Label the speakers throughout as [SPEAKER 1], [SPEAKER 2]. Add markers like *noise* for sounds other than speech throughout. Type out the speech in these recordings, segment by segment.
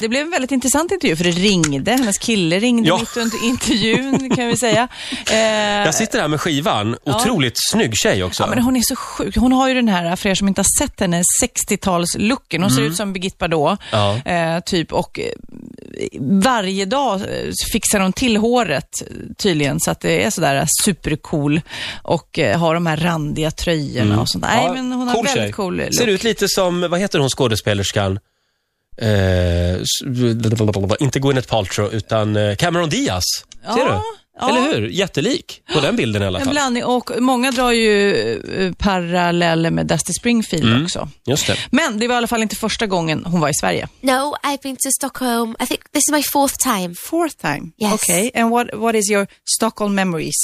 [SPEAKER 1] det blev en väldigt intressant intervju för det ringde, hennes kille ringde
[SPEAKER 2] Ja.
[SPEAKER 1] mitt under intervjun kan vi
[SPEAKER 2] *laughs*
[SPEAKER 1] säga. Eh,
[SPEAKER 2] Jag sitter här med skivan. Otroligt snygg tjej också.
[SPEAKER 1] Ja, men hon är så sjuk. Hon har ju den här, för er som inte har sett henne, 60-talslooken. Hon ser ut som Birgitte Bardot,
[SPEAKER 2] Mm. Ja.
[SPEAKER 1] eh, typ. Och eh, varje dag eh, fixar hon till håret, eh, tydligen, så att det är sådär eh, supercool. Och eh, har de här randiga tröjorna och sånt. Nej,
[SPEAKER 2] Mm. Ja,
[SPEAKER 1] men hon har
[SPEAKER 2] cool
[SPEAKER 1] väldigt
[SPEAKER 2] tjej.
[SPEAKER 1] cool look.
[SPEAKER 2] Ser ut lite som, vad heter hon skådespelerskan? Eh, s- inte Gwyneth Paltrow, utan eh, Cameron Diaz. Ser
[SPEAKER 1] Ja,
[SPEAKER 2] du?
[SPEAKER 1] ja.
[SPEAKER 2] Eller hur? Jättelik på den bilden i alla
[SPEAKER 1] En
[SPEAKER 2] fall.
[SPEAKER 1] blandning. Och många drar ju eh, paralleller med Dusty Springfield
[SPEAKER 2] Mm.
[SPEAKER 1] också.
[SPEAKER 2] Just det.
[SPEAKER 1] Men det var i alla fall inte första gången hon var i Sverige.
[SPEAKER 3] No, I've been to Stockholm. I think this is my fourth time.
[SPEAKER 4] Fourth time.
[SPEAKER 3] Yes.
[SPEAKER 4] Okay. And what, what is your Stockholm memories?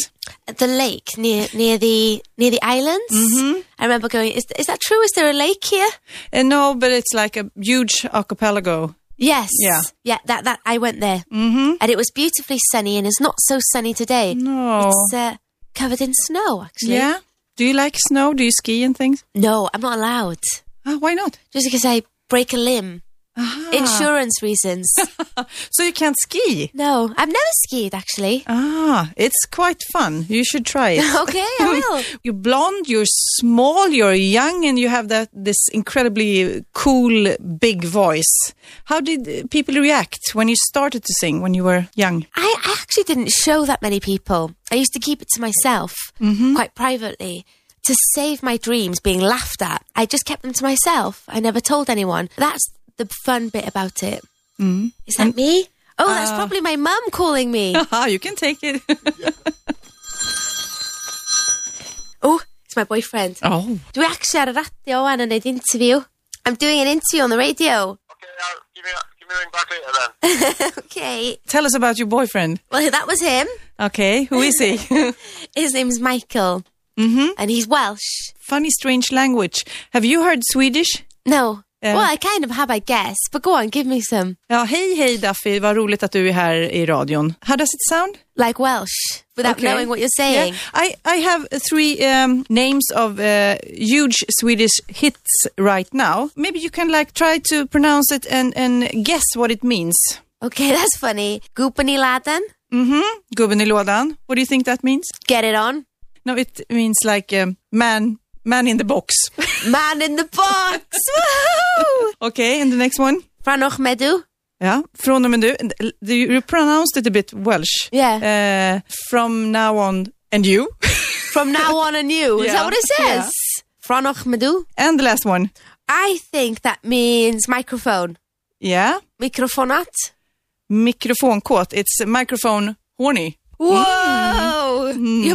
[SPEAKER 3] At the lake near near the near the islands.
[SPEAKER 4] Mm-hmm.
[SPEAKER 3] I remember going. Is is that true? Is there a lake here?
[SPEAKER 4] Uh, no, but it's like a huge archipelago.
[SPEAKER 3] Yes.
[SPEAKER 4] Yeah.
[SPEAKER 3] Yeah. That that I went there, mm-hmm. and it was beautifully sunny, and it's not so sunny today.
[SPEAKER 4] No.
[SPEAKER 3] It's uh, covered in snow. Actually.
[SPEAKER 4] yeah. Do you like snow? Do you ski and things?
[SPEAKER 3] No, I'm not allowed.
[SPEAKER 4] Ah, why not?
[SPEAKER 3] Just because I break a limb.
[SPEAKER 4] Ah.
[SPEAKER 3] Insurance
[SPEAKER 4] *laughs*
[SPEAKER 3] reasons.
[SPEAKER 4] So you can't ski.
[SPEAKER 3] no, I've never skied actually.
[SPEAKER 4] Ah, it's quite fun. You should try it.
[SPEAKER 3] *laughs* Okay, I
[SPEAKER 4] *laughs*
[SPEAKER 3] will.
[SPEAKER 4] You're blonde, you're small, you're young, and you have that this incredibly cool big voice. How did uh, people react when you started to sing when you were young?
[SPEAKER 3] I, I actually didn't show that many people. I used to keep it to myself quite privately. To save my dreams being laughed at, I just kept them to myself. I never told anyone. That's the fun bit about it. Is that me? Oh, that's probably my mum calling
[SPEAKER 4] *laughs*
[SPEAKER 3] me.
[SPEAKER 4] Haha, you can take it.
[SPEAKER 3] oh, it's my boyfriend.
[SPEAKER 4] *laughs* oh,
[SPEAKER 3] Dwi actually ar y radio wan yn neud interview. I'm doing an interview on the radio.
[SPEAKER 5] Okay, uh, give me a, give me a ring back later then.
[SPEAKER 3] Okay.
[SPEAKER 4] tell us about your boyfriend.
[SPEAKER 3] Well, that was him.
[SPEAKER 4] Okay, who is he?
[SPEAKER 3] His name's Michael. Mm-hmm. And he's Welsh.
[SPEAKER 4] *laughs* Funny, strange language. Have you heard Swedish?
[SPEAKER 3] No.
[SPEAKER 4] Yeah.
[SPEAKER 3] Well, I kind of have, I guess. But go on, give me some.
[SPEAKER 4] Ja, hej hej Duffy, vad roligt att du är här i radion. How does it sound?
[SPEAKER 3] Like Welsh, without
[SPEAKER 4] Okay.
[SPEAKER 3] knowing what you're saying.
[SPEAKER 4] Yeah. I, I have three um, names of uh, huge Swedish hits right now. Maybe you can like try to pronounce it and, and guess what it means.
[SPEAKER 3] Okay, that's funny. Goopany laden.
[SPEAKER 4] Gubben i lådan. What do you think that means?
[SPEAKER 3] Get it on.
[SPEAKER 4] No, it means like um, man, man in the box.
[SPEAKER 3] Man in the
[SPEAKER 4] *laughs*
[SPEAKER 3] box. Woohoo!
[SPEAKER 4] okay, and the next one.
[SPEAKER 3] Franoch medu.
[SPEAKER 4] Yeah, från och med nu. And do You you pronounced it a bit Welsh. Uh, from now on, and you.
[SPEAKER 3] From now on anew. Is
[SPEAKER 4] Yeah.
[SPEAKER 3] that what it says? Franoch medu.
[SPEAKER 4] and the last one.
[SPEAKER 3] I think that means microphone.
[SPEAKER 4] Yeah,
[SPEAKER 3] Mikrofonat.
[SPEAKER 4] mikrofonkåt. It's microphone horny.
[SPEAKER 3] Whoa! Your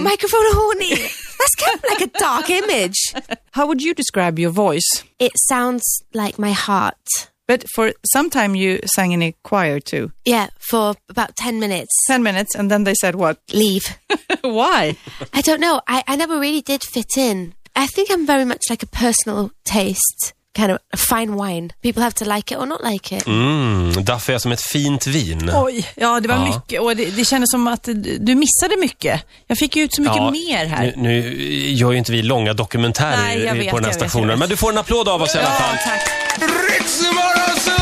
[SPEAKER 3] Mm. microphone
[SPEAKER 4] *laughs*
[SPEAKER 3] horny. That's kind of like a dark image.
[SPEAKER 4] How would you describe your voice?
[SPEAKER 3] It sounds like my heart.
[SPEAKER 4] But for some time you sang in a choir too.
[SPEAKER 3] Yeah, for about 10 minutes.
[SPEAKER 4] 10 minutes and then they said what?
[SPEAKER 3] Leave.
[SPEAKER 4] Why?
[SPEAKER 3] I don't know. I, I never really did fit in. I think I'm very much like a personal taste, kind of a fine wine. People have to like it or not like it.
[SPEAKER 2] Mm, Duffy är som ett fint vin.
[SPEAKER 1] Oj, ja det var mycket och det, det kändes som att du du missade mycket. Jag fick ju ut så mycket mer här.
[SPEAKER 2] Nu, nu gör ju inte vi långa dokumentärer
[SPEAKER 1] Nej, jag
[SPEAKER 2] i-
[SPEAKER 1] vet,
[SPEAKER 2] på den
[SPEAKER 1] jag
[SPEAKER 2] här
[SPEAKER 1] vet, jag
[SPEAKER 2] stationen,
[SPEAKER 1] vet.
[SPEAKER 2] men du får en applåd av oss i alla fall.
[SPEAKER 1] tack.
[SPEAKER 5] Riksmorgon, så